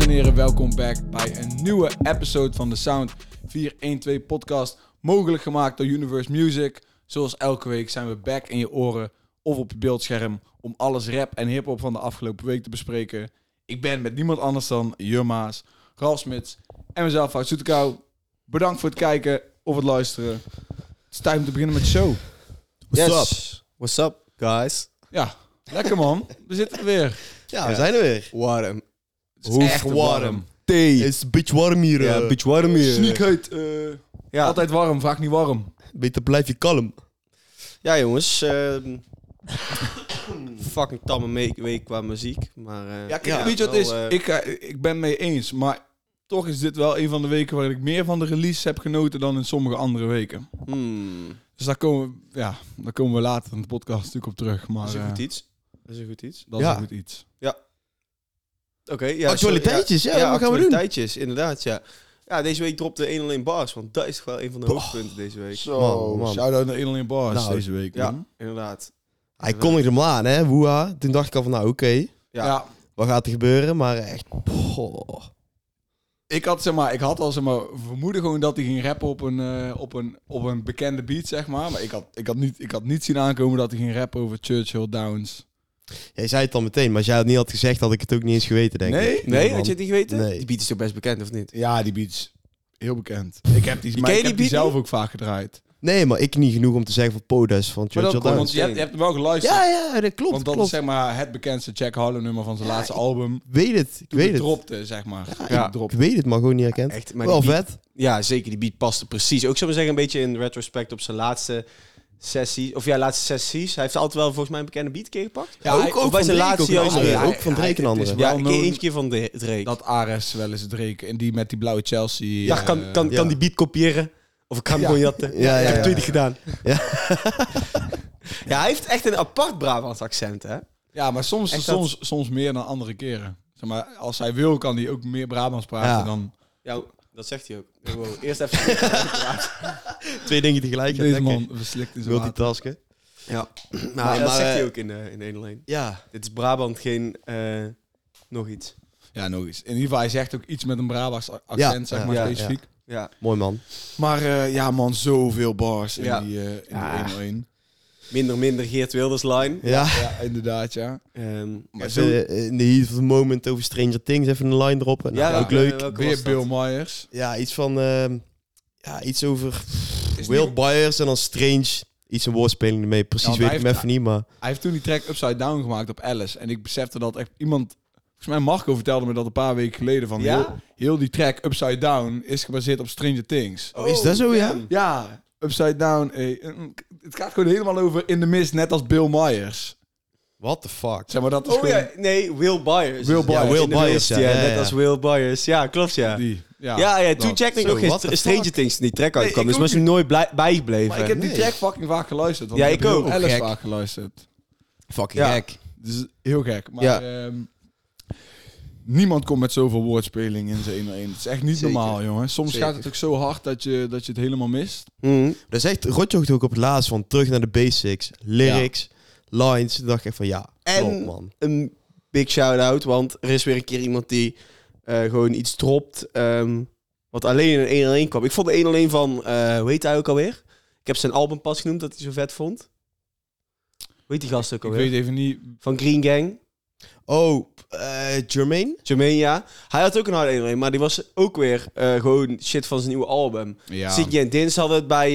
en heren, welkom back bij een nieuwe episode van de Sound 412 podcast. Mogelijk gemaakt door Universe Music. Zoals elke week zijn we back in je oren of op je beeldscherm om alles rap en hip-hop van de afgelopen week te bespreken. Ik ben met niemand anders dan Jumma's, Ralf Smits en mezelf, Hout Soetekou. Bedankt voor het kijken of het luisteren. Het is tijd om te beginnen met de show. What's Yes. What's up, guys? Ja, lekker man. We zitten er weer. Ja, Ja. we zijn er weer. Warm. Het is Hoe echt warm. warm. Thee. Het is een beetje warm hier. Ja, eh. een beetje warm hier. Sneak heet. eh, Ja. Altijd warm, vaak niet warm. Beter blijf je kalm. Ja, jongens. ehm, fucking tamme me- week qua muziek. Maar, eh, Ja, kijk, weet je wat wel, het is? eh, ik, eh, ik ben mee eens, maar toch is dit wel een van de weken waarin ik meer van de release heb genoten dan in sommige andere weken. hmm, Dus daar komen we, ja, daar komen we later in de podcast natuurlijk op terug. Maar dat is een eh, goed iets. Dat is een goed iets. dat is Ja. een goed iets. Oké, ja. Oh, Actualiteitjes, sorry, ja, wat gaan we doen? Actualiteitjes, inderdaad, ja. Ja, deze week dropte 1 alleen bars, want dat is toch wel een van de hoofdpunten deze week. Man, man. Shout-out naar Alien Bars Nou, deze week. ja. man. Inderdaad. Hij kon ik hem aan, hè? Woeha. Toen dacht ik al van, nou, oké. Ja. Ja. Wat gaat er gebeuren? Maar echt... Boah. Ik had, zeg maar, ik had al zeg maar, vermoeden gewoon dat hij ging rappen op een, eh, op, een, op een bekende beat, zeg maar. Maar ik had, ik, had niet, ik had niet zien aankomen dat hij ging rappen over Churchill Downs. Jij zei het al meteen, maar als jij het niet had gezegd, had ik het ook niet eens geweten, denk Nee? ik. Nee, man. had je het niet geweten? Nee. Die beat is toch best bekend, of niet? Ja, die beats. Heel bekend. Ik heb die, maar ken ik heb je die die beat zelf ook vaak gedraaid. Nee, maar ik niet genoeg om te zeggen van Podes van Maar dat Churchill komt, want Downs. je hebt, je hebt hem wel geluisterd. Ja, ja, dat klopt, want dat klopt. is zeg maar het bekendste Jack Harlow nummer van zijn Ja, laatste ik- album. Ik weet het, ik Toen het weet het. dropte, zeg maar. Ja, Toen het ik- dropte. Ik weet het, maar gewoon niet herkend. Echt, maar die Wel beat- vet. Ja, zeker. Die beat paste precies. Ook, zou maar zeggen, een beetje in retrospect op zijn laatste sessie. Of ja, laatste sessies. Hij heeft altijd wel volgens mij een bekende beat een keer gepakt. Ja, ook- ook van zijn Drake, laatste ook een juist andere. weer. ook van Drake en het anderen. is wel Ja, een keer nodig eentje keer van de Drake. Dat Ares wel eens Drake en die met die blauwe Chelsea. ja, eh, kan, kan, ja. kan die beat kopiëren? Of ik ga hem Ja. gewoon jatten. Ja, ja, Heb ja. toen niet gedaan. Ja. ja, hij heeft echt een apart Brabants accent, hè? Ja, maar soms, Echt dat- soms, soms meer dan andere keren. Zeg maar, als hij wil, kan hij ook meer Brabants praten Ja. dan Ja, dat zegt hij ook. Wow, Eerst even... Twee dingen tegelijk. ja, deze lekker. man verslikt in zijn water. Multitasken. ja. Maar, Maar- dat maar, zegt hij eh, ook in, eh, in 1 lijn. Ja. Dit is Brabant geen... eh, nog iets. Ja, nog eens. In ieder geval, hij zegt ook iets met een Brabants accent, Ja, zeg ja, maar, ja, specifiek. Ja. Mooi man. Maar eh, ja, man, zoveel bars in Ja. die, eh, in die Ja. 101. Minder, minder Geert Wilders line. Ja. Ja, inderdaad, ja. Ehm, Maar Even, eh, in the heat of the moment over Stranger Things even een line droppen. Nou, ja, ook welke- leuk. welke Weer was dat? Bill Myers. Ja, iets van... ehm, ja, iets over is Will niet- Byers en dan Strange. Iets een woordspeling ermee. Ja, Precies want weet ik hij hem even niet, maar... Hij heeft toen die track Upside Down gemaakt op Alice. En ik besefte dat echt iemand... Volgens mij Marco vertelde me dat een paar weken geleden. Van Ja? heel, heel die track Upside Down is gebaseerd op Stranger Things. Oh, is dat zo, ja? damn. Ja, Upside Down. eh, eh, het gaat gewoon helemaal over in de mist, net als Bill Myers. What the fuck? Zeg maar, dat is Oh gewoon ja, nee, Will Byers. Will Byers. Ja, Will Byers, ja, ja, net ja. als Will Byers. Ja, klopt, ja. die. Ja, Ja, ja, toen dat. checkte ik Zo, nog geen what the Str- Stranger fuck? Things die track uitkwam, ik dus ook was me nooit blij- Maar bijgebleven. ik heb die Nee. track fucking vaak geluisterd. Want Ja, ik, heb ik ook. heel Alice Gek. vaak geluisterd. Fucking Ja. gek. Dus heel gek. Maar Ja. ehm, niemand komt met zoveel woordspeling in zijn 1-1. Het is echt niet Zeker. normaal, jongen. Soms Zeker. gaat het ook zo hard dat je, dat je het helemaal mist. Mhm. Dat is echt... Rotjocht ook op het laatst van terug naar de basics. Lyrics, lines. Toen dacht ik van ja, En- klopt, man. Een big shout-out, want er is weer een keer iemand die eh, gewoon iets dropt, ehm, wat alleen in 1-1 kwam. Ik vond de 1-1 van, eh hoe heet hij ook alweer? Ik heb zijn album pas genoemd dat hij zo vet vond. Hoe heet die gast ook Ik alweer? weet even niet. Van Green Gang. Oh, eh Jermaine? Jermenia. Hij had ook een harde 1 maar die was ook weer eh, gewoon shit van zijn nieuwe album. Ja, Ziggy en Dins hadden het bij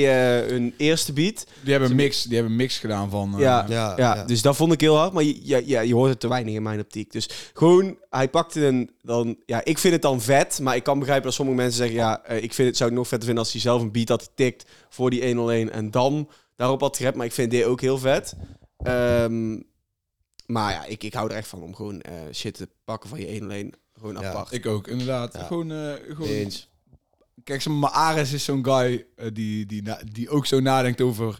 eh, hun eerste beat. die hebben een mix, die hebben een mix gedaan van. eh, Ja. Ja, ja, dus dat vond ik heel hard. Maar je, ja, ja, je hoort het te weinig in mijn optiek. Dus gewoon, hij pakte een... Dan, ja, ik vind het dan vet, maar ik kan begrijpen dat sommige mensen zeggen... Ja, eh, ik vind het, zou het nog vetter vinden als hij zelf een beat had getikt voor die 101 en dan daarop had gerept. Maar ik vind dit ook heel vet. Ehm, maar ja, ik, ik hou er echt van om gewoon eh, shit te pakken van je 101. Gewoon Ja, apart. Ik ook, inderdaad. Ja. Gewoon, eh, gewoon Eens. Kijk, zeg maar Ares is zo'n guy eh, die, die, na- die ook zo nadenkt over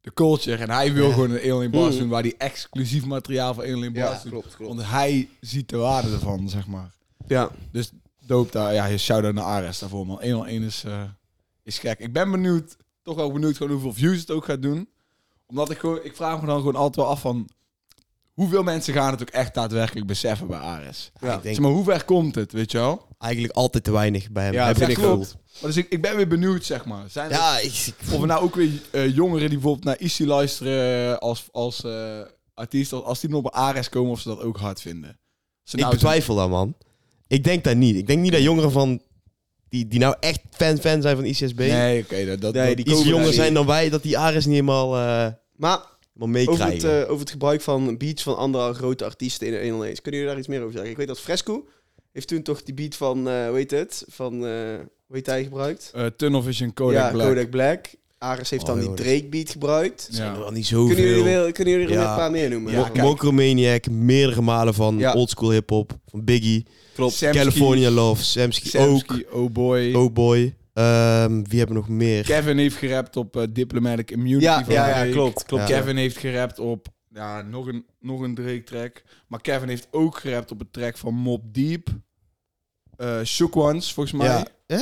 de culture. En hij wil Ja. Hmm. gewoon een Alien Bars Mm. doen waar hij exclusief materiaal voor Alien Bars doet. klopt, klopt. Want hij ziet de waarde ervan, zeg maar. Ja. Dus doop daar. Ja, shout-out naar Ares daarvoor, man. 101 is, eh, is gek. Ik ben benieuwd, toch wel benieuwd gewoon hoeveel views het ook gaat doen. Omdat ik gewoon, ik vraag me dan gewoon altijd wel af van... hoeveel mensen gaan het ook echt daadwerkelijk beseffen bij Ares? Ja. Ik denk Zeg maar, hoe ver komt het, weet je wel? eigenlijk altijd te weinig bij hem. Ja, heb dat ik klopt. gevoeld. Maar dus ik, ik ben weer benieuwd, zeg maar. Zijn er- Ja, ik, ik- Of er nou ook weer eh, jongeren die bijvoorbeeld naar IC luisteren eh, als, als eh, artiest, als- als die nog bij Ares komen, of ze dat ook hard vinden. Ze nou ik zijn- betwijfel dat, man. Ik denk dat niet. Ik denk niet dat jongeren van... Die, die nou echt fan-fan zijn van ICSB... Nee, oké, dat, dat, Nee, dat- die iets komen jonger daar zijn niet. dan wij, dat die Ares niet helemaal, eh, Maar helemaal over meekrijgen. het, eh, over het gebruik van beats van andere grote artiesten in 101. Kunnen jullie daar iets meer over zeggen? Ik weet dat Fresco heeft toen toch die beat van, eh hoe heet het? Van, eh hoe heet hij gebruikt? eh, Tunnel Vision Kodak ja, Black. Kodak Black. Ares heeft Oh, dan die jongens. Drake beat gebruikt. Er zijn Ja. er wel niet Kunnen jullie, zoveel. wel- kunnen jullie er Ja. een paar meer noemen? Ja, Van- kijk. Mokromaniac, meerdere malen van Ja. oldschool hip-hop, van Biggie, Klopt. California Love, Samsky ook, Samsky, Oh Boy. Oh Boy. Ehm, wie hebben we nog meer? Kevin heeft gerapt op eh, Diplomatic Immunity. ja, van ja, Drake. ja, klopt. klopt Ja. Kevin heeft gerapt op ja, nog, een, nog een Drake track. Maar Kevin heeft ook gerapt op een track van Mob Deep. Eh Shook Ones, volgens mij. Ja. Eh,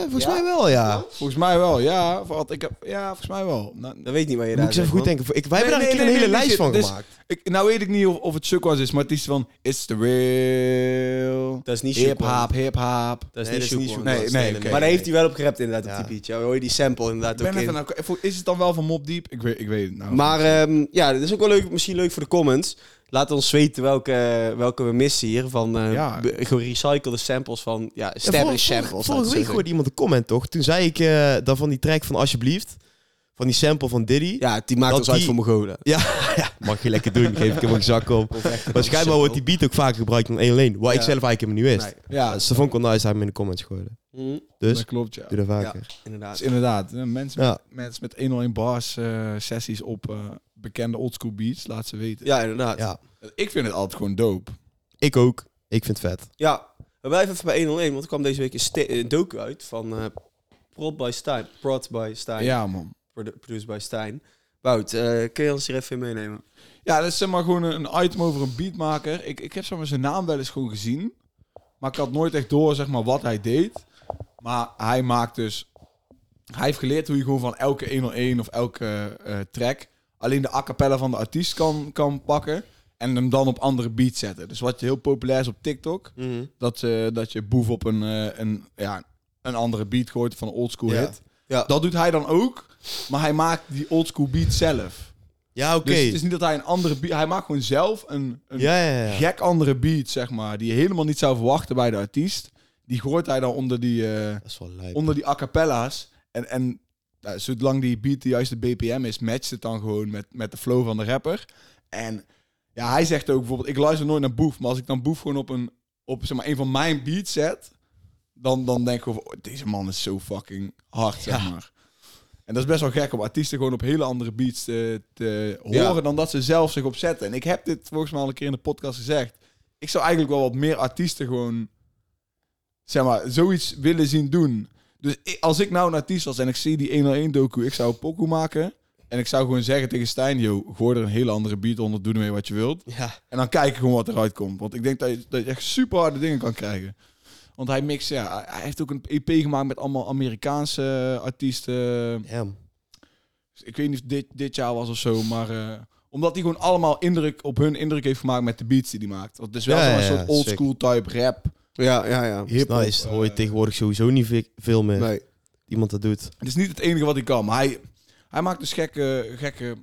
volgens Ja? mij wel, ja. Volgens mij wel, ja. Wat, ik heb, ja, volgens mij wel. Nou, Dat weet niet waar je Moet daar ik eens even zegt, goed denken. Ik, wij hebben Nee, daar een nee, keer een nee, nee, hele lijst dit- van dus- dit is- gemaakt. ik, nou weet ik niet of, of het Shook Ones is, maar het is van... It's the real... man. Dat is niet Shook Ones. Hip-hop, hip-hop. Dat is Nee, niet dat Shook Ones. Nee, nee, oké. Maar daar heeft hij wel op gerapt inderdaad, Ja. op die beat. Ja, hoor je die sample Ik inderdaad ook ben in. even aan- Is het dan wel van Mob Deep? Ik weet, ik weet het nou. Maar ehm, ja, dat is ook wel leuk, misschien leuk voor de comments. Laat ons weten welke, welke we missen hier. Van eh, Ja. be- gerecyclede samples van ja, Ja, vorige- established vorige- samples. Vorige laten we week zeggen. hoorde iemand een comment, toch? Toen zei ik eh, dat van die track van Alsjeblieft, van die sample van Diddy. Ja, die maakt Dat ons uit die- voor Mongolen. Mag je lekker doen, geef ik hem een zak op. Maar schijnbaar wordt die beat ook vaker gebruikt dan één lane, wat ik Ja. zelf eigenlijk helemaal niet wist. Nee. ja, Dus dat vond ik wel nice, hij hem in de comments gooide. Hm, Dus, dat klopt, ja. doe dat Ja, vaker. Dus inderdaad. inderdaad, eh, mensen, Ja. met, mensen met 101 bars eh, sessies op eh, bekende oldschool beats, laat ze weten. Ja, inderdaad. Ja. Ja. Ik vind het altijd gewoon dope. Ik ook. Ik vind het vet. We blijven even bij 101, want er kwam deze week een, sti- een docu uit van eh Prod by Stein. Prod by Stein. Ja, man. Produ- Produced by Stein. Wout, eh, kun je ons hier even in meenemen? Ja, dat is zeg maar gewoon een een item over een beatmaker. Ik, ik heb zeg maar, zijn naam wel eens gewoon gezien. Maar ik had nooit echt door zeg maar, wat hij deed. Maar hij maakt dus... Hij heeft geleerd hoe je gewoon van elke 101 of elke eh, track... alleen de a cappella van de artiest kan, kan pakken. En hem dan op andere beats zetten. Dus wat je heel populair is op TikTok... dat, eh, dat je boef op een, eh, een, ja, een andere beat gooit van een oldschool Ja. hit. Ja. Dat doet hij dan ook, maar hij maakt die oldschool beat zelf. Ja, oké. Dus het is niet dat hij een andere beat... Hij maakt gewoon zelf een, Dus- een ja, ja, ja. gek andere beat, zeg maar, die je helemaal niet zou verwachten bij de artiest. Die gooit hij dan onder die, eh, Dat is wel lijp. onder die a cappella's. En, en nou, zolang die beat de juiste BPM is, matcht het dan gewoon met, met de flow van de rapper. En ja, hij zegt ook bijvoorbeeld, ik luister nooit naar Boef, maar als ik dan Boef gewoon op een, op, zeg maar, een van mijn beats zet, dan, dan denk ik gewoon, van, oh, deze man is zo fucking hard, zeg maar. En dat is best wel gek om artiesten gewoon op hele andere beats te, te Ja. horen dan dat ze zelf zich op zetten. En ik heb dit volgens mij al een keer in de podcast gezegd. Ik zou eigenlijk wel wat meer artiesten gewoon, zeg maar, zoiets willen zien doen. Dus ik- als ik nou een artiest was en ik zie die 101 docu, ik zou een pokoe maken. En ik zou gewoon zeggen tegen Stijn, yo, gooi er een hele andere beat onder, doe ermee wat je wilt. Ja. En dan kijken gewoon wat eruit komt. Want ik denk dat je, dat je echt super harde dingen kan krijgen. Want hij mixt, ja, hij- hij heeft ook een EP gemaakt met allemaal Amerikaanse eh, artiesten. Damn. Dus Ik weet niet of dit, dit jaar was of zo, maar... eh, omdat hij gewoon allemaal indruk op hun indruk heeft gemaakt met de beats die hij maakt. Want het is wel Ja, zo'n ja, soort ja, oldschool type rap. Ja, ja, ja. Hip Hip-hop, nice. Dat hoor je eh, tegenwoordig sowieso niet ve- veel meer. Nee. Iemand dat doet. Het is niet het enige wat hij kan, maar hij, hij maakt dus gekke, gekke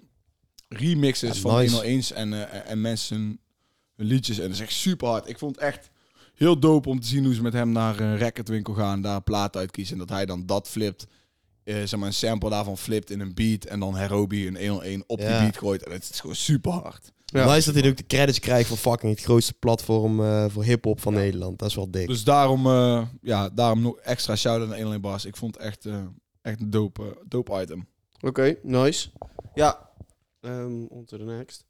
remixes Ja, van 101's nice. en, eh, en mensen hun, hun liedjes. En dat is echt super hard. Ik vond het echt heel dope om te zien hoe ze met hem naar een recordwinkel gaan, daar een plaat uitkiezen. En dat hij dan dat flipt, eh, zeg maar een sample daarvan flipt in een beat en dan Herobi een 101 op Ja. die beat gooit. En het is gewoon super hard. Ja. Nice dat hij ook de credits krijgt van fucking het grootste platform eh, voor hip-hop van Nederland. Dat is wel dik. Dus daarom, eh, ja, daarom nog extra shout-out naar 101 Bars. Ik vond het echt, eh, echt een dope, eh, dope item. Oké, nice. Ja. Ehm on to the next.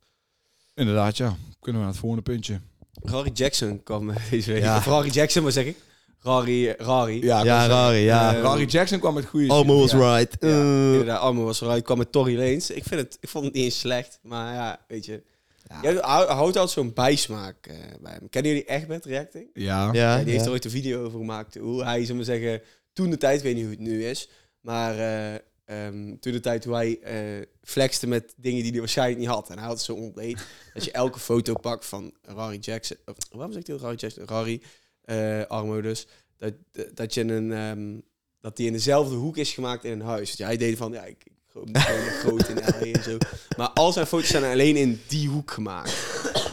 Inderdaad, ja. Kunnen we naar het volgende puntje. Rari Jackson kwam eh, deze week. Ja. Of Rari Jackson, wat zeg ik? Rari, eh, Rari. Ja, ja, rare, ja. eh, Larry Jackson kwam met goede Almo was right. Ja, Eh, inderdaad, Armin was eruit, kwam met Tory Lanez. Ik, vind het, ik vond het niet eens slecht, maar ja, weet je. Ja. Jij hou- houdt altijd zo'n bijsmaak eh, bij hem. Kennen jullie Egbert Reacting? Ja. Ja, ja, die heeft ja. er ooit een video over gemaakt. Hoe hij, zullen we zeggen, toen de tijd, ik weet niet hoe het nu is. Maar eh, ehm, toen de tijd toen wij eh, flexten met dingen die hij waarschijnlijk niet had. En hij had zo ontleed. dat je elke foto pakt van Rari Jackson. Of, waarom zeg ik heel Rari Jackson? Rari eh, Armo dus. Dat, dat je een... ehm, dat die in dezelfde hoek is gemaakt in een huis. Want ja, hij deed van... Ja, ik, ik woon gewoon nog groot in LA en zo. Maar al zijn foto's zijn alleen in die hoek gemaakt.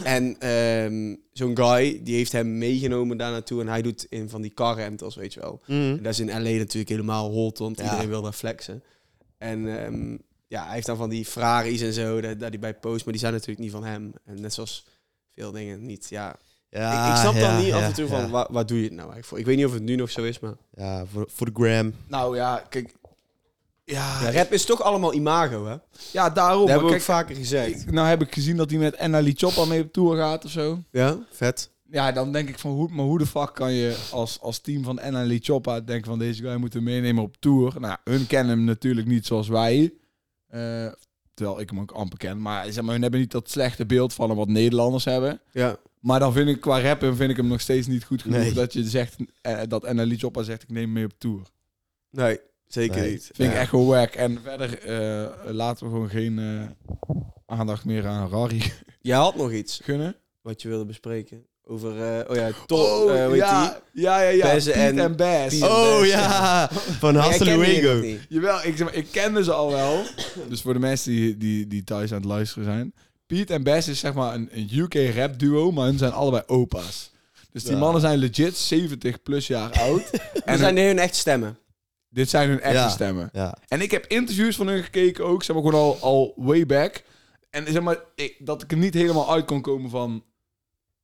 En ehm, zo'n guy, die heeft hem meegenomen daar naartoe. En hij doet in van die carrentals, weet je wel. En dat is in LA natuurlijk helemaal hot, want Ja. iedereen wil daar flexen. En ehm, ja, hij heeft dan van die Ferraris en zo, daar, daar die bij post, maar die zijn natuurlijk niet van hem. En net zoals veel dingen niet, ja. Ja, ik, ik snap Ah, ja, dan niet af ja, en toe ja. van, waar, waar doe je het nou eigenlijk voor? Ik weet niet of het nu nog zo is, maar... Ja, voor, voor de gram. Nou ja, kijk. Ah, Ja, Ja, ja, rap is toch allemaal imago, hè? daarom. Dat Maar hebben we ook kijk, vaker gezegd. ik- nou heb ik gezien dat hij met NLE Choppa mee op tour gaat of zo. Ja, vet. Ja, dan denk ik van, hoe, maar hoe de fuck kan je als, als team van NLE Choppa denken van deze guy moeten we meenemen op tour? Nou, hun kennen hem natuurlijk niet zoals wij. Eh, terwijl ik hem ook amper ken. Maar zeg maar, hun hebben niet dat slechte beeld van hem wat Nederlanders hebben. Ja. Maar dan vind ik qua rappen vind ik hem nog steeds niet goed genoeg Nee. dat je zegt eh, dat NLE Choppa zegt ik neem hem mee op tour. Nee, zeker Nee. niet. Vind Ja. ik echt gewoon wack. En verder eh, laten we gewoon geen eh, aandacht meer aan Rari Jij had nog iets gunnen. wat je wilde bespreken over... eh, oh ja, Tom, eh, hoe heet die? ja, ja, ja. Bez Piet en- en, Bas. Piet. Oh ja, van Jij kende die nog Hasteluego. niet. Jawel, ik, zeg maar, ik kende ze al wel. Dus voor de mensen die, die, die thuis aan het luisteren zijn. Piet en Bas is zeg maar een, een UK rap duo, maar hun zijn allebei opa's. Dus die Ja. mannen zijn legit 70 plus jaar oud. En en zijn hun echt stemmen? dit zijn hun echte Ja. stemmen. Ja, En ik heb interviews van hun gekeken ook, zeg maar gewoon al, al way back. En zeg maar, ik, dat ik er niet helemaal uit kon komen van...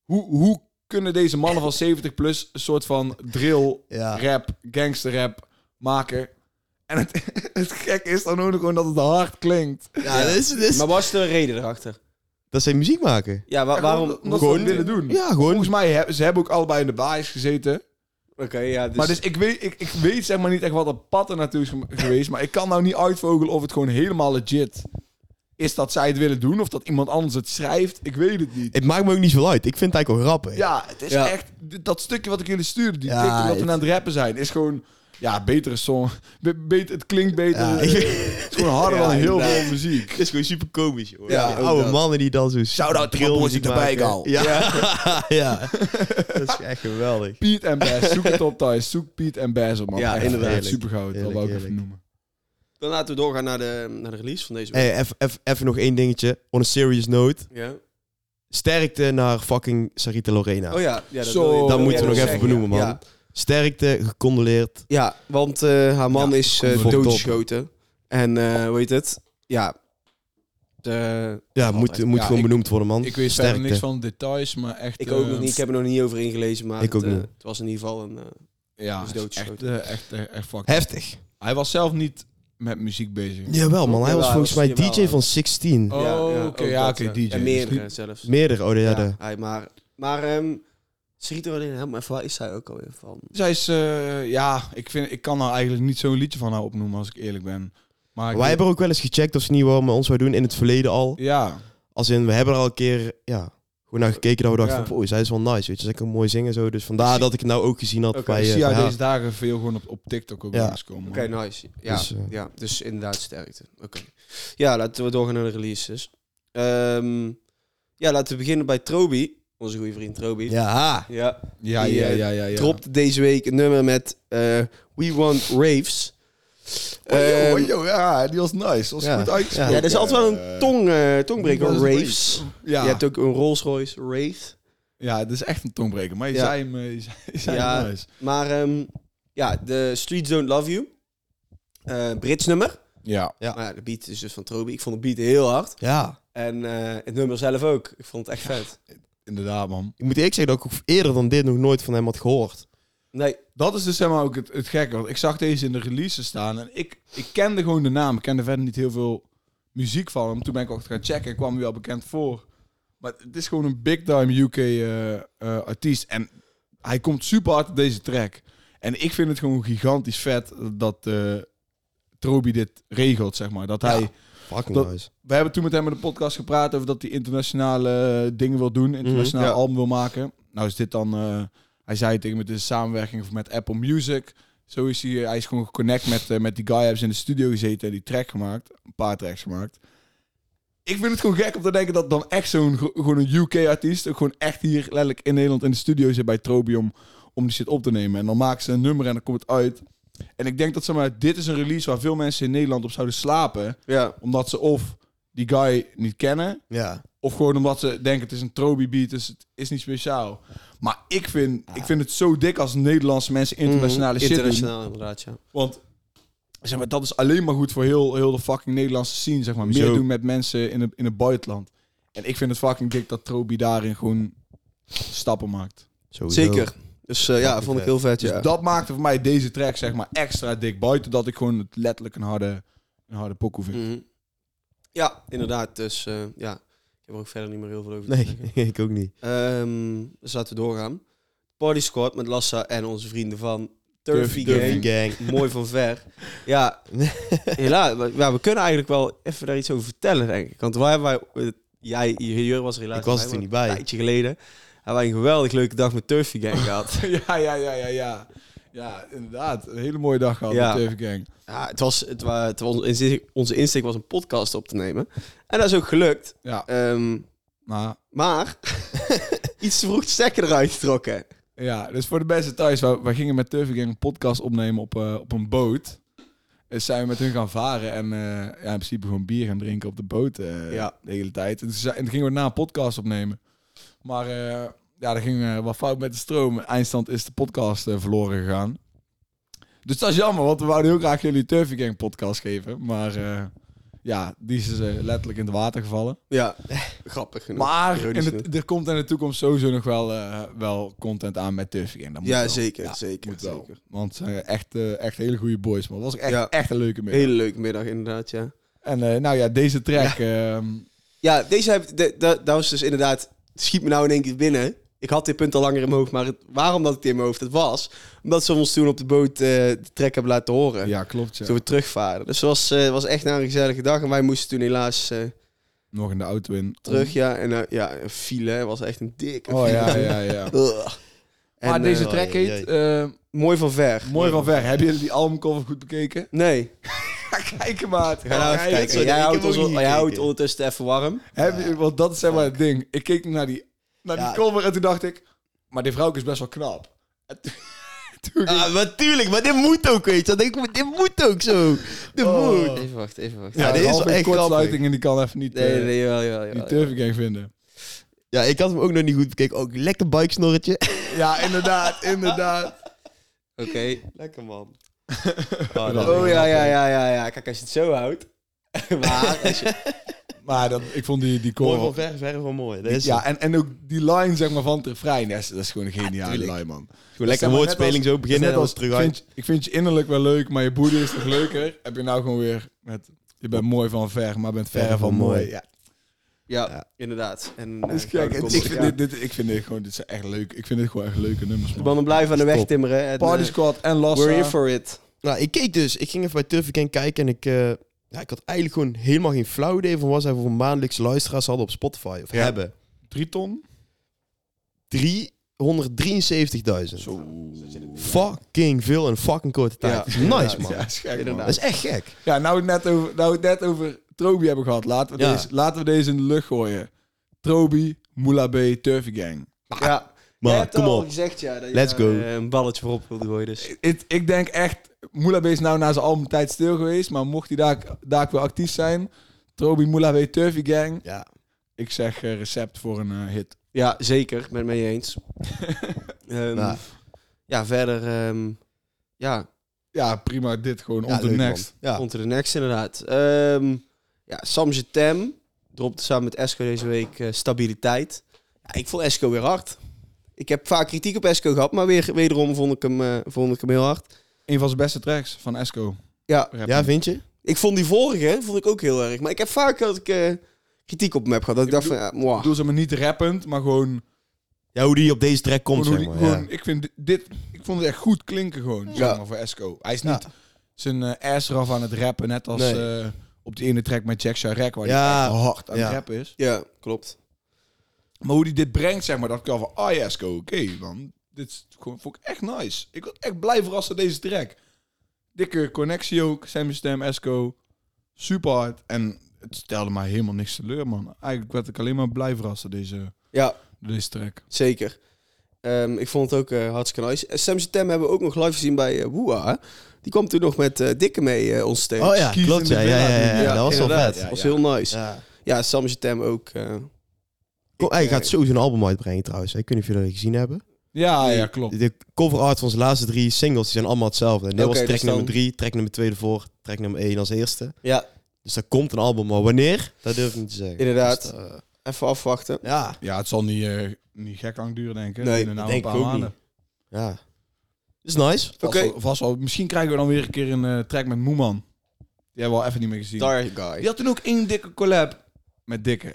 Hoe, hoe kunnen deze mannen van 70 plus een soort van drill, ja. rap, gangster rap maken? En het, het gekke is dan ook nog gewoon dat het hard klinkt. ja dat, is, dat, is- Maar wat is de reden erachter? dat zijn muziek maken. Ja, wa- Ja, waarom... gewoon Omdat Gewoon- ze dat willen doen. Ja, gewoon. Volgens mij hebben ze hebben ook allebei in de baas gezeten. Oké, ja, dus... Maar dus ik weet, ik, ik weet zeg maar niet echt wat het pad er naartoe is gem- geweest. Maar ik kan nou niet uitvogelen of het gewoon helemaal legit is dat zij het willen doen. Of dat iemand anders het schrijft. Ik weet het niet. Het maakt me ook niet veel uit. Ik vind het eigenlijk wel grappig. Ja, het is Ja. echt... d- Dat stukje wat ik jullie stuurde, die Ja, TikTok dat we het- aan het rappen zijn, is gewoon... Ja, betere song. Be- beter, het klinkt beter. Ja, eh, ik- het is gewoon harder Ja, dan heel inderdaad. veel muziek. Het is gewoon super komisch, hoor. Ja, Die ook oude dat. mannen die dan zo... Shout-out to my drill boys muziek in the maken. Bijgal. Ja. Ja. dat is echt geweldig. Piet en Bas. Zoek het op thuis. Zoek Piet en Bas op, man. Ja, Echt, inderdaad. echt Super goud. Dat Heerlijk, wou ik even heerlijk. noemen. Dan laten we doorgaan naar de, naar de release van deze week. Hey, eff- eff- even nog één dingetje. On a serious note. Ja. Sterkte naar fucking Sarita Lorena. Oh ja, ja Zo. wil je- Dat wil moeten jij we nog even zeggen, benoemen, ja. man. Ja, Sterkte, gecondoleerd. Ja, want eh, haar man Ja, is eh, kom op. doodgeschoten. En eh hoe heet het? Ja. De- Ja, moet, Altijd. moet Ja, gewoon ik- benoemd worden, man. Ik weet Sterkte. verder niks van details, maar echt... ik ook eh, nog niet. Ik heb er nog niet over ingelezen, maar Ik het, ook eh, niet. het was in ieder geval een... eh, Ja, Is echt, echt, doodgeschoten. eh, echt, eh, echt fucked Heftig. Hij was zelf niet met muziek bezig. Jawel, man. Hij Jawel, was volgens mij was- jawel. DJ van 16. Oh, oké, ook ja, dat, oké, eh, DJ. En Dus meerdere niet- zelfs. Meerdere, oh ja, Ja, de- hij maar... Maar ehm Sarita Rodin, help me even, waar is zij ook alweer van? Zij is, eh, ja, ik, vind, ik kan nou eigenlijk niet zo'n liedje van haar opnoemen als ik eerlijk ben. Maar ik Wij weet- hebben ook wel eens gecheckt of ze niet wel met ons zou doen in het verleden al. Ja, Als in, we hebben er al een keer ja, gewoon naar gekeken dat we dachten Ja. van, oh, zij is wel nice, weet je. Zij kan mooi zingen zo. Dus vandaar dat ik het nou ook gezien had Oké, bij, ik eh, zie haar bij haar. dus deze dagen veel gewoon op, op TikTok ook Ja. langskomen. Oké, nou, nice. Ja, Dus, eh, ja, dus inderdaad sterkte. Oké. Ja, laten we doorgaan naar de releases. Ehm, ja, laten we beginnen bij Trobi. Onze goede vriend Trobi. Ja, Ja, Ja, Die, ja, eh, ja, ja. ja. dropte deze week een nummer met eh, We Want Raves. Oh, joh, Ehm, oh, joh, ja, die was nice. Was Ja. goed uitgesproken. ja, dat is altijd wel een tong, eh, tongbreker, was een Raves. Ja, Je ja. hebt ook een Rolls Royce Rave. dat is echt een tongbreker. Maar je Ja. zei hem, eh, je zei, je zei Ja. hem nice. Maar ehm, ja, de Streets Don't Love You. Eh, Brits nummer. Ja. Ja. Maar ja, de beat is dus van Trobi. Ik vond de beat heel hard. ja. En eh, het nummer zelf ook. Ik vond het echt vet. Inderdaad, man. Ik moet eerlijk zeggen dat ik eerder dan dit nog nooit van hem had gehoord. Nee, Dat is dus zeg maar ook het, het gekke. Want ik zag deze in de releases staan. En ik, ik kende gewoon de naam. Ik kende verder niet heel veel muziek van hem. Toen ben ik ook gaan checken. En kwam hij wel bekend voor. Maar het is gewoon een big time UK eh, eh, artiest. En hij komt super hard op deze track. En ik vind het gewoon gigantisch vet dat eh Trobi dit regelt, zeg maar. Dat hij... Ja. Fucking Dat- nice. We hebben toen met hem in de podcast gepraat over dat hij internationale eh, dingen wil doen, internationaal Mhm, ja. album wil maken. Nou is dit dan, eh, hij zei tegen me, het is een samenwerking met Apple Music. Zo is hij, hij is gewoon geconnect met, eh, met die guy. Hebben ze in de studio gezeten en die track gemaakt. Een paar tracks gemaakt. Ik vind het gewoon gek om te denken dat dan echt zo'n gro- gewoon een UK-artiest... ook gewoon echt hier letterlijk in Nederland in de studio zit bij Trobium... om die shit op te nemen. En dan maken ze een nummer en dan komt het uit. En ik denk dat, zeg maar, dit is een release waar veel mensen in Nederland op zouden slapen. Ja. Omdat ze of die guy niet kennen... Ja. Of gewoon omdat ze denken het is een Trobi beat, dus het is niet speciaal. Maar ik vind, ik vind het zo dik als Nederlandse mensen internationale shit dus. doen. Mhm, Internationaal, inderdaad, ja. Want zeg maar, dat is alleen maar goed voor heel, heel de fucking Nederlandse scene. Zeg maar. Meer Zo. doen met mensen in, het- in het buitenland. En ik vind het fucking dik dat Trobi daarin gewoon stappen maakt. Sowieso. Zeker. Dus eh, ja, Fucking vond ik vet. heel vet, Dus ja. dat maakte voor mij deze track zeg maar, extra dik. Buiten dat ik gewoon het letterlijk een harde, een harde pokoe vind. Mhm. Ja, inderdaad. Dus eh, ja, ik heb er ook verder niet meer heel veel over te Nee, zeggen. ik ook niet. Ehm, dus laten we doorgaan. Party Squad met Lassa en onze vrienden van Turfy Turfy Game. Gang. Mooi van ver. Ja, helaas. we- Ja, we kunnen eigenlijk wel even daar iets over vertellen, denk ik. Want wij hebben wij... eh, Jij, Jur was er helaas Ik was er bij, toen maar niet bij. Een tijdje geleden hebben wij een geweldig leuke dag met Turfy Gang gehad. ja, ja, ja, ja, ja. Ja, inderdaad. Een hele mooie dag gehad Ja. met TV Gang. Ja, het was, het wa- het was, onze- onze insteek was een podcast op te nemen. En dat is ook gelukt. Ja, Ehm, maar... maar iets te vroeg de stekker eruit getrokken. Ja, dus voor de beste thuis. Wij, wij gingen met Turfy Gang een podcast opnemen op, eh, op een boot. Dus zijn we met hun gaan varen en eh, ja, in principe gewoon bier gaan drinken op de boot eh, Ja. de hele tijd. En toen, zei- en toen gingen we na een podcast opnemen. Maar eh, ja, er ging eh, wat fout met de stroom. Eindstand is de podcast eh, verloren gegaan. Dus dat is jammer, want we wouden heel graag jullie Turfy Gang podcast geven. Maar eh, ja, die is eh, letterlijk in het water gevallen. Ja, grappig genoeg. Maar Ironisch in de- genoeg. er komt in de toekomst sowieso nog wel, eh, wel content aan met Turfy Gang. Dat moet ja, wel. zeker, Ja, zeker. Moet wel. zeker. Want ze zijn echt, eh, echt hele goede boys, man. Was ook echt, Ja. echt een leuke middag. Hele leuke middag, inderdaad, ja. En eh, nou ja, deze track. ehm, Ja, deze heb, de, de- dat was dus inderdaad... Schiet me nou in één keer binnen. Ik had dit punt al langer in mijn hoofd, maar het- waarom dat ik dit in mijn hoofd had, was... Omdat ze ons toen op de boot eh, de trek hebben laten horen. ja, klopt. Ja. Toen we terugvaren. Dus het was, eh, was echt nou een gezellige dag. En wij moesten toen helaas... eh, Nog in de auto in. terug, ja. En eh, ja, een file hè, was echt een dikke Oh file. ja, ja, ja. Ugh. En, maar deze eh, track oei, heet eh, mooi van ver. Mooi van Ver. Hebben jullie die albumcover goed bekeken? Nee, Ga kijken, maat. ga nou Ga even je- kijken. ik Jij heb houdt, hem ons, ook niet jij houdt gekeken. ondertussen even warm. Heb je- want dat is zeg maar het ding. Ik keek naar die, naar die Ja. cover en toen dacht ik... Maar die vrouw is best wel knap. En toen, toen ging- Ah, natuurlijk, maar dit moet ook, weet je. Dan denk ik, dit moet ook zo. Dit Oh. moet. Even wachten, even wachten. Ja, Ja, dit is Ralf wel heeft echt grappig. kortsluiting en die kan even niet, Nee, eh, nee, jawel, jawel, jawel, die jawel. Turfy Gang vinden. Ja, ik had hem ook nog niet goed bekeken. Ook lekker bikesnorretje. Ja, inderdaad, inderdaad. Oké. Lekker, man. Oh ja, ja, ja, ja, ja. Kijk, als je het zo houdt. maar als je- Maar dat, ik vond die, die Mooi cover van ver, ver van mooi. Dat is Ja, en, en ook die line zeg maar, van het refrein, dat is, dat is gewoon een geniale tuurlijk. line, man. gewoon lekker Zeg maar, woordspeling net zo beginnen en Net dan als, is het ik terug uit. vind, je- ik vind je innerlijk wel leuk, maar je boede is toch leuker? Heb je nou gewoon weer met... Je bent mooi van ver, maar bent verre Verre van van mooi. mooi. Ja, ja, Ja. Dus inderdaad. En, dat is eh, gek. kom En op, Ik vind, ja. dit, dit, ik vind dit gewoon dit zijn echt leuk. Ik vind dit gewoon echt leuke nummers, De man. mannen blijven aan de weg Stop. timmeren. En, Party eh, Squad en we're here Lassa. for it. Nou, ik keek dus. Ik ging even bij Turf Gang kijken en ik... eh, ja, ik had eigenlijk gewoon helemaal geen flauw idee van wat zij voor maandelijks luisteraars hadden op Spotify. Of Ja. hebben. Drie ton? 373.000. Fucking veel in fucking korte tijd. Ja. Nice, man. Ja, is gek, man. Inderdaad. Dat is echt gek. Ja, nou we het net over, nou we het net over Trobi hebben gehad. Laten we, Ja. deze, laten we deze in de lucht gooien. Trobi, Moula B, Turfy Gang. Ja. Jij Maar hebt kom al op. gezegd, ja. dat je Let's daar, go. eh, een balletje voorop wilde gooien, dus. Het- ik denk echt, Moulabe is nou na zijn albumtijd stil geweest, maar mocht hij daar, daar weer actief zijn, Trobi Moulabe Turfy Gang, Ja. ik zeg eh, recept voor een eh, hit. Ja, zeker. Ik ben het mee eens. Ehm, Nou. Ja, verder... ehm, ja, Ja, prima, dit gewoon Ja, on to the leuk, man. next. Ja. on to the next inderdaad. Ehm, ja, Samje Tem dropte samen met Esco deze week eh, Stabiliteit. Ja, ik vond Esco weer hard. Ik heb vaak kritiek op Esco gehad, maar weer, wederom vond ik, hem, eh, vond ik hem heel hard. Een van zijn beste tracks van Esco. Ja. Rap. ja, vind je? Ik vond die vorige vond ik ook heel erg. Maar ik heb vaak dat ik eh, kritiek op hem heb gehad. Dat ik, Ik dacht van, ja, ik mwah. bedoel ze maar niet rappend, maar gewoon... Ja, hoe die op deze track komt, gewoon zeg hoe maar. die- ja. gewoon- Ik vind dit- dit, ik vond het echt goed klinken gewoon, zeg maar, voor Esco. Hij is niet zijn eh ass eraf aan het rappen, net als Nee. eh, op die ene track met Jack Charek, waar Ja. hij echt hard aan het Ja. rappen is. ja, klopt. Maar hoe hij dit brengt, zeg maar, dat ik al van, ah ja, Esco, oké, dan dit is gewoon, vond ik echt nice. Ik was echt blij verrast door deze track. Dikke connectie ook, Sammy Stem, Esco. Super hard. En het stelde mij helemaal niks teleur, man. Eigenlijk werd ik alleen maar blij verrast door deze, Ja, door deze track. zeker. Ehm, ik vond het ook eh, hartstikke nice. Eh, Sam Tem hebben we ook nog live gezien bij eh Woeha. hè? Die kwam toen nog met eh, Dikke mee eh, ons tegen. Oh ja, Skis klopt. in de Ja, ja, ja, villa. ja, Ja, dat was wel inderdaad, vet. ja. was heel nice. Ja, Ja. Sam Tem ook. eh, Kom, ik, Oh, hij eh, gaat sowieso een album uitbrengen trouwens. Ik weet niet of jullie dat gezien hebben. Ja, Nee. ja, klopt. De cover art van zijn laatste drie singles die zijn allemaal hetzelfde. En dit Oké, was track dus dan- nummer drie, track nummer twee ervoor, track nummer één als eerste. Ja, Dus daar komt een album, maar wanneer? Dat durf ik niet te zeggen. Inderdaad. Dus, eh, even afwachten. ja. Ja, het zal niet, eh, niet gek lang duren, denk ik. Nee, Binnen nou denk een ik paar ook maanden. ja. Is nice. Vast Oké. wel- vast wel. Misschien krijgen we dan weer een keer een eh, track met Moeman. Die hebben we al even niet meer gezien. Dark Guy. Die had toen ook één dikke collab met Dikke.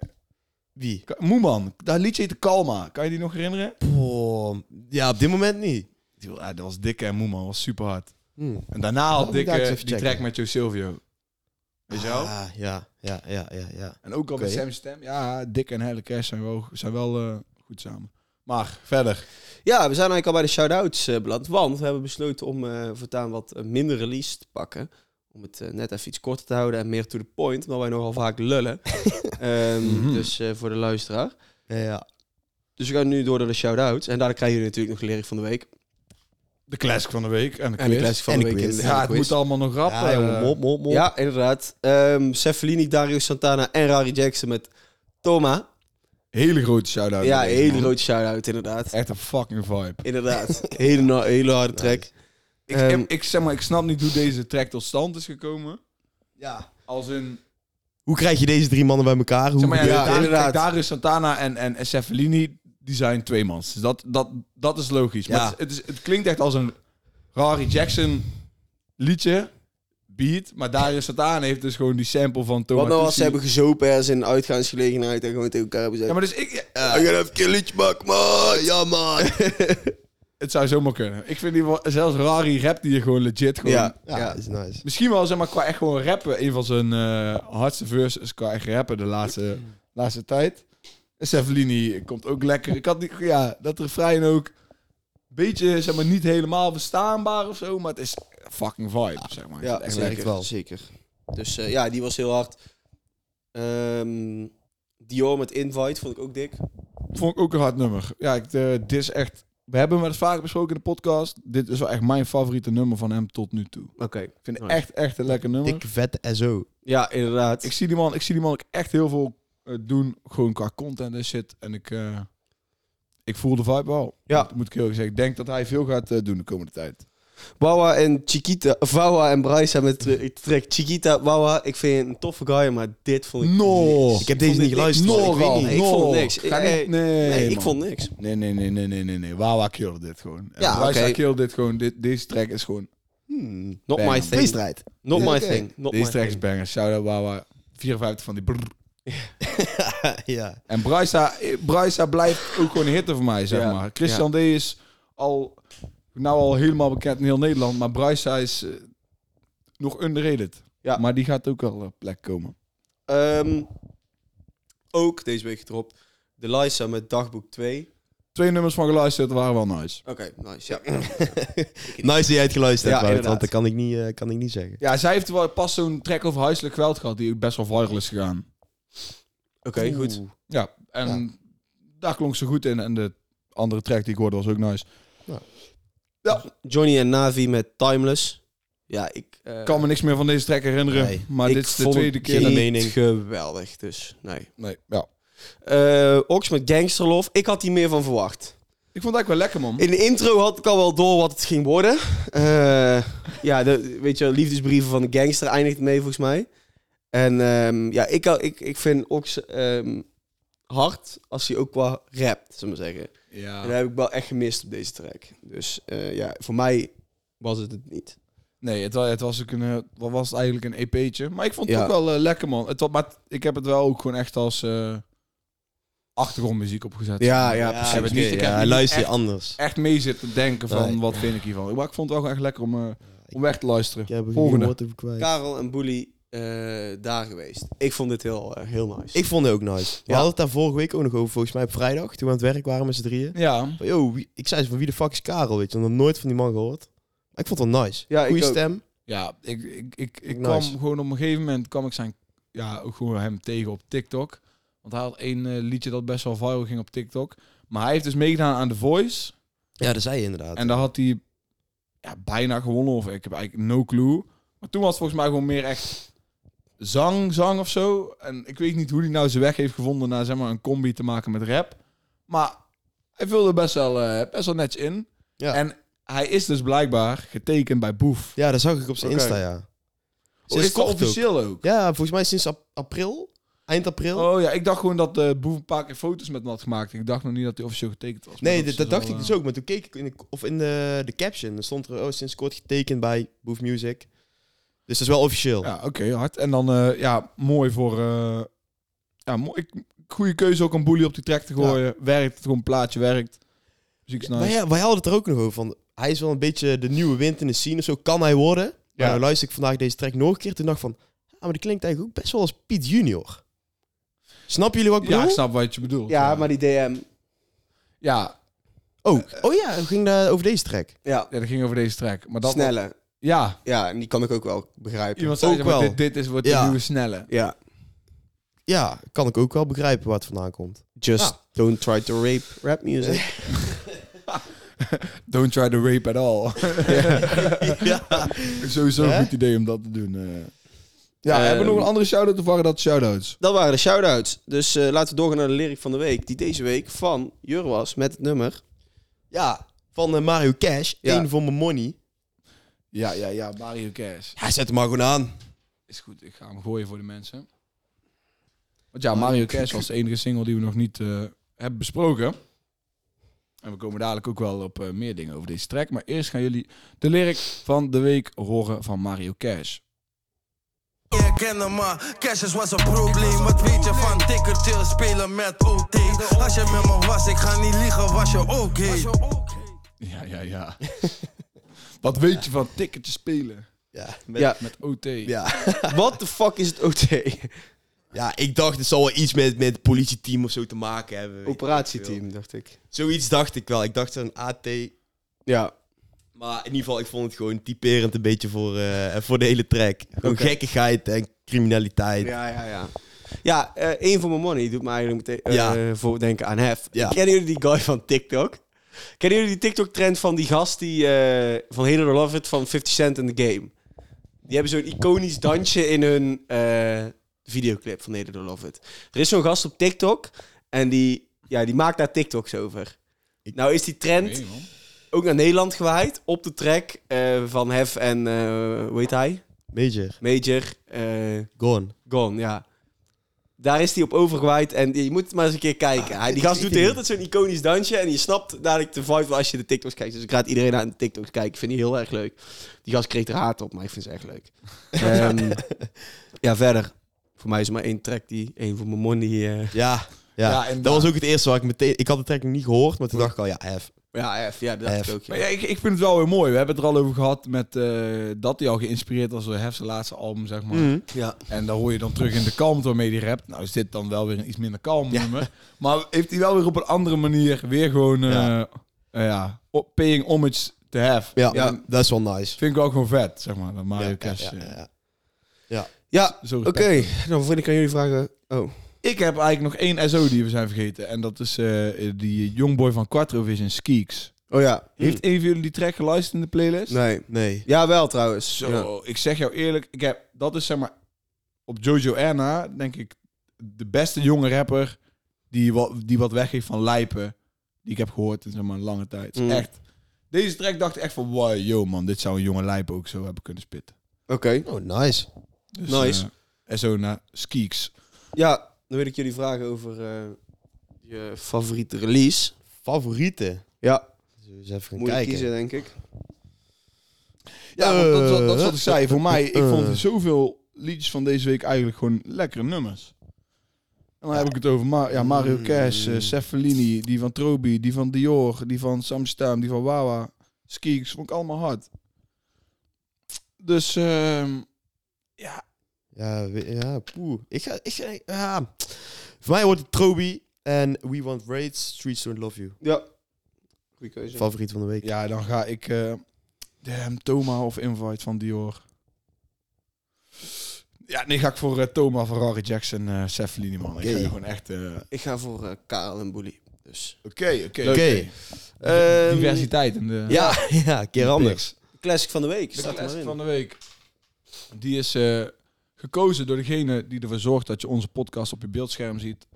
Wie? Ka- Moeman, dat liedje heette Kalma. Kan je die nog herinneren? Boah, ja, op dit moment niet. Die- ah, dat was Dikke en Moeman, dat was super hard. Hm. En daarna Oh, had moet ik daar eens Dikke even die checken. track met Joe Silvio. Weet je wel? Ah, ja, ja, ja, ja, ja. En ook al met Oké. Sam Stem. Ja, Dikke en Hele Cash zijn wel, zijn wel eh, goed samen. Maar verder. Ja, we zijn eigenlijk al bij de shout-outs eh, beland. Want we hebben besloten om eh voortaan wat eh, minder release te pakken. Om het eh, net even iets korter te houden en meer to the point. Omdat wij nogal vaak lullen. Ehm, Mhm. Dus eh, voor de luisteraar. Ja, ja. Dus we gaan nu door naar de shout-outs. En daar krijgen jullie natuurlijk nog de lyric van de week. De classic van de week en de En de quiz. classic van En de de week. quiz. en de- en ja, de het quiz. moet allemaal nog rap. ja jongen, eh. mop, mop, mop. Ja, inderdaad. Ehm Cefalini, Darius Santana en Rari Jackson met Toma. Hele grote shout-out. ja, aan een deze hele man. grote shout-out, inderdaad. Echt een fucking vibe. Inderdaad. hele, na- hele harde track. Ik, Ehm, ik, zeg maar, ik snap niet hoe deze track tot stand is gekomen. Ja. Als in... Hoe krijg je deze drie mannen bij elkaar? Hoe Zeg maar, ja, ja, gebeurt dit? daar, inderdaad. kijk, daar is Santana en, en Cefalini, die zijn tweemans. Dus dat, dat, dat is logisch. Ja. Maar het, is- het, is- het klinkt echt als een Rari Jackson liedje, beat. Maar Darius Santana heeft dus gewoon die sample van Thomas. Wat nou als Tucci. ze hebben gezopen ergens in een uitgaansgelegenheid en gewoon tegen elkaar hebben Ja, gezegd... maar dus ik, Ja, ik ga even een liedje maken, man. Ja, man. het zou zomaar kunnen. Ik vind die wel- zelfs Rari rapt die gewoon legit gewoon... ja, Ja, ja. is nice. Misschien wel, zeg maar, qua echt gewoon rappen. Een van zijn eh, hardste verses qua echt rappen de laatste, laatste tijd. En Cefalini komt ook lekker. Ik had niet, ja, dat refrein ook. Beetje, zeg maar, niet helemaal verstaanbaar of zo. Maar het is fucking vibe, zeg maar. Ja, echt zeker. lekker. zeker. werkt wel. zeker. Dus eh, ja, die was heel hard. Ehm, Dior met Invite vond ik ook dik. Vond ik ook een hard nummer. Ja, ik, eh, dit is echt... We hebben het vaak besproken in de podcast. Dit is wel echt mijn favoriete nummer van hem tot nu toe. Oké. Ik vind het Nice. echt, echt een lekker nummer. Dikke vette SO. Ja, inderdaad. Ik zie die man, ik zie die man ook echt heel veel eh, doen, gewoon qua content en shit. En ik, eh, ik voel de vibe wel. Ja. Dat moet ik heel erg zeggen. Ik denk dat hij veel gaat eh, doen de komende tijd. Wawa en Chiquita. Wawa en Bryce met tra- track Chiquita. Wawa, ik vind je een toffe guy, maar dit vond ik... No. niks. Ik heb deze vond niet dit niks. geluisterd. Ik, weet Nogal, niet. ik vond nog. niks. Ga Eh, niet- nee, nee, ik man. vond niks. Nee, nee, nee, nee, nee, nee, nee. Wawa kill dit gewoon. En Ja, Bryce, oké. hij kill dit gewoon. Dit, deze track is gewoon... Hmm. Not Bang. my thing. Feestrijd. Not my Oké. thing. Not deze my track thing. is banger. Shout-out Wawa. 54 van die brrr. ja. En Brysa, Brysa blijft ook gewoon een hitte voor mij, zeg Ja. maar. Christian D is al, nou al helemaal bekend in heel Nederland. Maar Brysa is eh, nog underrated. Ja. Maar die gaat ook wel op plek komen. Ehm, ook deze week gedropt. De Lysa met dagboek 2. Twee nummers van geluisterd waren wel nice. Oké, nice. Ja. Nice dat jij het geluisterd Ja, hebt, Wout, inderdaad. want dat kan ik niet, eh, kan ik niet zeggen. Ja, zij heeft wel pas zo'n track over huiselijk geweld gehad die ook best wel viral is gegaan. Oké, goed. Oeh. Ja, en daar klonk ze goed in. En de andere track die ik hoorde was ook nice. Johnny en Navi met Timeless. Ja, ik... eh, Ik kan me niks meer van deze track herinneren. Nee. maar ik dit is de vond het tweede keer. niet dat- geen- mening. geweldig, dus nee. Nee, ja. Eh, Ox met Gangsterlof. Ik had hier meer van verwacht. Ik vond het eigenlijk wel lekker, man. In de intro had ik al wel door wat het ging worden. Eh, ja, de, weet je, liefdesbrieven van de gangster eindigt mee volgens mij. En ehm, ja, ik, ik, ik vind Ox ehm, hard als hij ook qua rapt, zullen we maar zeggen. Ah. En dat Ja. heb ik wel echt gemist op deze track. Dus eh, ja, voor mij was het het niet. Nee, het, wa- het was ook een, eh, wat was het eigenlijk een EP'tje. Maar ik vond het Ja. ook wel eh, lekker, man. Het, wa- maar het- ik heb het wel ook gewoon echt als eh, achtergrondmuziek opgezet. Ja, ja, Ik precies. heb het niet, ik heb Ja, niet luister je echt, anders. echt mee zitten denken van Nee. wat vind ik hiervan. Maar ik vond het wel gewoon echt lekker om, eh, om weg te luisteren. Ik heb er geen Volgende. woord over kwijt. Karel en Boelie eh, daar geweest. Ik vond dit heel, eh, heel nice. Ik vond het ook nice. We Ja. hadden het daar vorige week ook nog over, volgens mij op vrijdag, toen we aan het werk waren met z'n drieën. Ja. Van, yo, wie- ik zei ze van wie de fuck is Karel, weet je. Ik had nog nooit van die man gehoord. Maar ik vond het wel nice. Ja, ik Goeie ook. stem. Ja, ik, ik, ik, ik Nice. kwam gewoon op een gegeven moment kwam ik zijn, ja, ook gewoon hem tegen op TikTok. Want hij had één eh, liedje dat best wel viral ging op TikTok. Maar hij heeft dus meegedaan aan The Voice. Ja, dat zei je inderdaad. En daar had hij ja, bijna gewonnen. Of ik heb eigenlijk no clue. Maar toen was het volgens mij gewoon meer echt zang, zang of zo. En ik weet niet hoe hij nou zijn weg heeft gevonden naar zeg maar, een combi te maken met rap. Maar hij vulde best wel, eh, best wel netjes in. Ja. En hij is dus blijkbaar getekend bij Boef. Ja, dat zag ik op zijn Oké. Insta, ja. Oh, is Sinds het kort ook. officieel ook? Ja, volgens mij sinds ap- april. Eind april. Oh ja, ik dacht gewoon dat eh Boef een paar keer foto's met me had gemaakt. Ik dacht nog niet dat hij officieel getekend was. Maar nee, dat, dat is dacht ik wel, dus eh, ook. Maar toen keek ik in de, of in de, de caption. Dan stond er oh, sinds kort getekend bij Boef Music. Dus dat is wel officieel. Ja, oké, hard. En dan, eh, ja, mooi voor... eh ja, mooi, ik- goede keuze ook een boelie op die track te gooien. Werkt, gewoon plaatje werkt. Dus Muziek is nice. Maar ja, wij hadden het er ook nog over. Van, hij is wel een beetje de nieuwe wind in de scene of zo. Kan hij worden? Ja. Maar nou luister ik vandaag deze track nog een keer. Toen dacht ik van, ah, maar die klinkt eigenlijk ook best wel als Piet Junior. Snappen jullie wat ik Ja, ik bedoel? snap wat je bedoelt. ja, maar die DM. Ja, oh, oh ja, het ging daar over deze track. Ja, ja, dat ging over deze track. Maar dat... snelle. Ja, Ja, en die kan ik ook wel begrijpen. iemand zei Ook zeg maar, wel. dit, dit is wordt Ja. de nieuwe snelle. Ja. Ja, kan ik ook wel begrijpen waar het vandaan komt. Just Ah. don't try to rape rap music. Don't try to rape at all. ja. Sowieso Hè? een goed idee om dat te doen. eh. Ja, Ehm, hebben we nog een andere shout-out of waren dat shout-outs? Dat waren de shout-outs. Dus eh, laten we doorgaan naar de lyric van de week. Die deze week van Jur was met het nummer. ja, van eh, Mario Cash. Ja. Eén voor mijn money. Ja, ja, ja, Mario Cash. Ja, zet hem maar gewoon aan. Is goed, ik ga hem gooien voor de mensen. Want ja, Mario Cash was de enige single die we nog niet eh, hebben besproken. En we komen dadelijk ook wel op eh, meer dingen over deze track. Maar eerst gaan jullie de lyric van de week horen van Mario Cash. Je herkennen maar cashes was een probleem Wat weet je van dikker chill spelen met OT Als je met me was, ik ga niet liegen, was je ook heet Ja, ja, ja. Wat weet je van ticketje spelen Ja. ja. met OT? Ja. What the fuck is het OT? ja, ik dacht het zal wel iets met, met het politieteam of zo te maken hebben. weet ik veel. Operatieteam, dacht ik. Zoiets dacht ik wel. Ik dacht er een AT. Ja. Maar in ieder geval, ik vond het gewoon typerend een beetje voor, eh, voor de hele track. Gewoon Oké. gekkigheid en criminaliteit. Ja, ja, ja. Ja, eh één voor mijn money doet me eigenlijk meteen eh, Ja. voor denken aan Hef. Ja. Kennen jullie die guy van TikTok? Kennen jullie die TikTok-trend van die gast die eh, van Halo Love It van 50 Cent in the Game? Die hebben zo'n iconisch dansje in hun eh, videoclip van Halo Love It. Er is zo'n gast op TikTok en die, ja, die maakt daar TikToks over. Nou is die trend Nee, man. ook naar Nederland gewaaid op de track eh, van Hef en, eh hoe heet hij? Major, Major. eh, gone. Gone, ja. Daar is hij op overgewaaid en die- je moet maar eens een keer kijken. Hij- Ah, die ik gast weet doet de hele het tijd zo'n iconisch dansje en je snapt dadelijk de vibe als je de TikToks kijkt. Dus ik raad iedereen aan de TikToks kijken. Ik vind die heel erg leuk. Die gast kreeg er haat op, maar ik vind ze echt leuk. Ehm, ja, verder. Voor mij is er maar één track die, één voor mijn money. eh, Ja, ja. Ja, en dat daar- was ook het eerste waar ik meteen... Ik had de track nog niet gehoord, maar toen dacht ik al, ja, F. ja, F, ja, dat dacht F. ik ook. ja. Maar ja, ik, ik vind het wel weer mooi. We hebben het er al over gehad met eh, dat hij al geïnspireerd was door Hef's laatste album, zeg Mm. maar. Mm-hmm. Ja. En dan hoor je dan terug in de kalmte waarmee die rapt. Nou is dit dan wel weer een iets minder kalm nummer. Maar heeft hij wel weer op een andere manier weer gewoon... eh, Ja. eh, ja, op- paying homage to have. Ja, Ja. dat is wel nice. Vind ik wel gewoon vet, zeg maar. Dat Mario Ja, Cash. ja, eh, ja, ja. Ja, zo oké. respect. Dan vind ik aan jullie vragen. Oh, Ik heb eigenlijk nog één SO die we zijn vergeten. En dat is eh, die Youngboy van Quattro Vision, Skeeks. Hmm. oh ja. Heeft een van jullie die track geluisterd in de playlist? Nee. Nee. Ja, wel trouwens. Zo, Ja. ik zeg jou eerlijk, ik heb, dat is zeg maar op Jojo Anna, denk ik, de beste jonge rapper die wat, die wat weggeeft van lijpen, die ik heb gehoord in zeg maar, een lange tijd. Mm. Echt. Deze track dacht ik echt van, wow, yo man, dit zou een jonge lijp ook zo hebben kunnen spitten. Oké. Oh, nice. Dus, Nice. eh, en zo naar Skeeks. Ja, dan wil ik jullie vragen over eh, je favoriete release. Favorieten. Ja, Zullen we eens even gaan moet je kijken. kiezen, denk ik. Ja, want dat, is wat- dat is Eh, wat ik zei. Voor mij, ik eh. vond zoveel liedjes van deze week eigenlijk gewoon lekkere nummers. En dan heb ik het over Ma- ja, Mm. Mario Cash, eh, Cefalini, die van Trobi, die van Dior, die van Samstam, die van Wawa, Skeeks, vond ik allemaal hard. Dus ehm, ja, Ja, we- ja poeh. Ik ga... Ik ga ja. Voor mij wordt het Trobi en We Want Raids, Streets Don't Love You. Ja. Goeie keuze. Favoriet van de week. Ja, dan ga ik eh damn, Toma of Invite van Dior. Ja, nee, ga ik voor eh, Toma, Ferrari, Jackson, eh Cefalini, man. Ik Oké. ga gewoon echt... eh, Oké, Ik ga voor eh Karel en Boelie. Dus. oké. Oké. Ehm, Diversiteit in de... Ja, ja, een keer anders. Classic van de week. De Staat er maar classic in. van de week. Die is eh, gekozen door degene die ervoor zorgt dat je onze podcast op je beeldscherm ziet.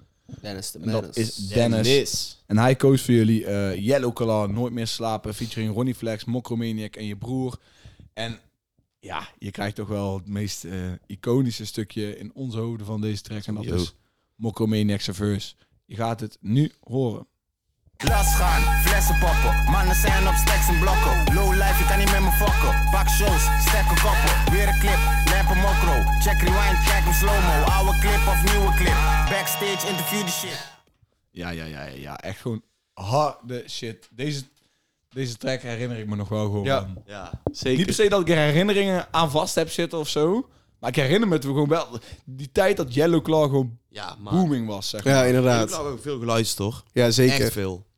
Dennis de En dat Menace. is Dennis. En hij koos voor jullie eh, Yellow Color, Nooit meer slapen, featuring Ronnie Flex, Mokromaniac en je broer. En ja, je krijgt toch wel het meest eh, iconische stukje in onze hoofden van deze track. En dat Yo. is Mokromaniac's verse. Je gaat het nu horen. Las gaan, flessen poppen. Mannen zijn op stacks en blokken. Low life, je kan niet met me fokken. Pak shows, stekken koppen. Weer een clip, lijpen mokro. Check rewind, kijk hem slow-mo. Oude clip of nieuwe clip. Backstage, interview die shit. Ja, ja, ja, ja, ja. Echt gewoon harde shit. Deze, deze track herinner ik me nog wel gewoon. Ja. van. Ja, Niet per zeker. se dat ik er herinneringen aan vast heb zitten of zo. Maar ik herinner me het gewoon wel. Die tijd dat Yellow Claw gewoon Ja, maar. booming was, zeg maar. Ja, Ik heb inderdaad. nou ook veel geluisterd, hoor. Ja, Echt zeker. veel.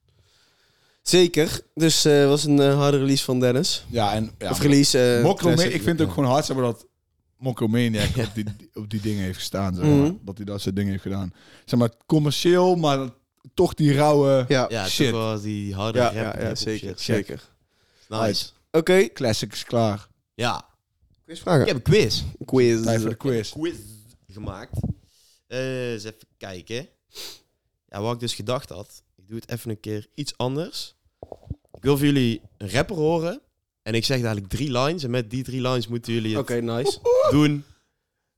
Zeker. Dus eh was een eh, harde release van Dennis. Ja, en ja, of release. eh, Mokro Ma- classic. ik vind het ook gewoon hard zeg maar, dat Mokro Maniac op, die, op die dingen heeft gestaan. Zeg maar. Mhm. Dat hij dat soort dingen heeft gedaan. Zeg maar commercieel, maar toch die rauwe Ja, ja, Ja, Shit. Shit. toch wel die harde ja, rap. ja, hip-hop zeker. shit. zeker. Nice. Oké. classic is klaar. Ja. Quizvragen. Ik heb een quiz. Quiz. Tijd voor de quiz. Quiz gemaakt. Eh, eens even kijken. Ja, wat ik dus gedacht had. Ik doe het even een keer iets anders. Ik wil voor jullie een rapper horen. En ik zeg dadelijk drie lines. En met die drie lines moeten jullie Oké, het nice. doen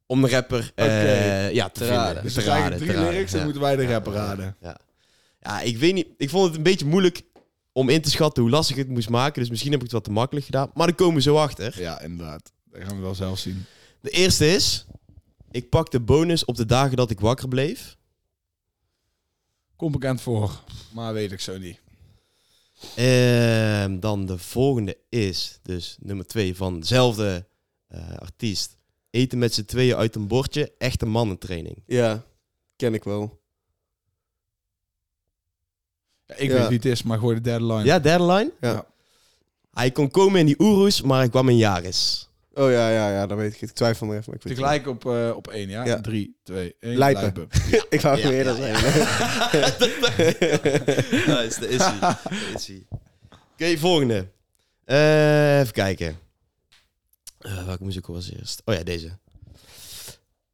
om de rapper eh, Oké. ja, te, raden. Dus te er zijn raden, drie te raden, lyrics en ja. moeten wij de rapper raden. Ja. ja, ik weet niet. Ik vond het een beetje moeilijk om in te schatten hoe lastig ik het moest maken. Dus misschien heb ik het wat te makkelijk gedaan. Maar daar komen we zo achter. Ja, inderdaad. Dat gaan we wel zelf zien. De eerste is... Ik pak de bonus op de dagen dat ik wakker bleef. Komt bekend voor, maar weet ik zo niet. Ehm, dan de volgende is dus nummer twee van dezelfde eh, artiest. Eten met z'n tweeën uit een bordje. Echte mannentraining. Ja, ken ik wel. Ja, ik Ja. weet wie het is, maar gooi de derde line. Ja, derde line. Ja. Hij kon komen in die Oeroes, maar hij kwam in Jaris. Oh ja, ja, ja, dat weet ik. Ik twijfel nog even. Maar ik weet het Tegelijk op, eh, op één, ja? Ja. Drie, twee, één. Lijpen. Lijpen. niet. Ik wou Ja, het weer ja, eerder ja. zeggen. Nice, daar is hij. Daar is hij. Oké, volgende. Eh, even kijken. Eh welke muziek was eerst? Oh ja, deze.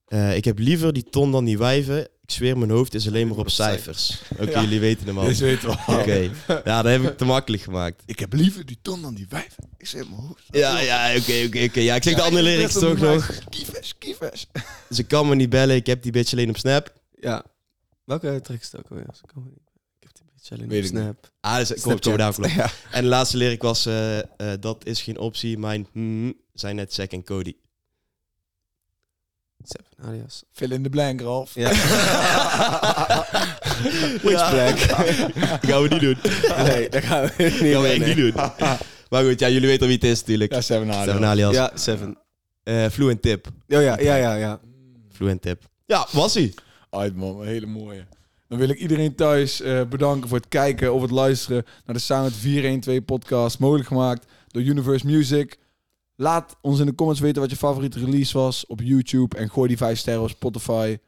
Eh, ik heb liever die ton dan die wijven. Ik zweer, mijn hoofd is alleen maar op cijfers. Oké, jullie weten hem al. Deze Oh. Oké, weten we al. ja, dat heb ik te makkelijk gemaakt. Ik heb liever die ton dan die wijf. Ik zit in mijn hoofd. Ja, ja, oké, oké, oké. Ja, ik zeg de andere lyrics toch nog. Kievers, kievers. Ze kan me niet bellen, ik heb die bitch alleen op snap. Ja. Welke track is het ook alweer? Ik heb die beetje alleen Weet op ik niet. Snap. Ah, dus, kom, Snapchat. kom daarvoor. Ja. En de laatste lyric was, eh, eh, dat is geen optie, mijn hmm zijn net Zack en Cody. Seven alias. Fill in the blank, Ralf. Ja. Which black? gaan we niet doen. Nee, dat gaan we niet gaan we echt doen, nee. niet doen. Maar goed, ja, jullie weten wie het is natuurlijk. Ja, Seven Hard. Seven alias. Ja, Seven. Eh, fluent tip. Oh ja, ja, ja, ja. Fluent tip. Ja, was hij. Uit man, een hele mooie. Dan wil ik iedereen thuis eh, bedanken voor het kijken of het luisteren naar de Sound 412 podcast. Mogelijk gemaakt door Universe Music. Laat ons in de comments weten wat je favoriete release was op YouTube. En gooi die 5 sterren op Spotify.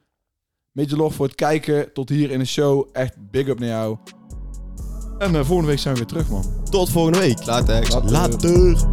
Beetje lof voor het kijken tot hier in de show. Echt big up naar jou. En eh, volgende week zijn we weer terug man. Tot volgende week. Later. Later. Later.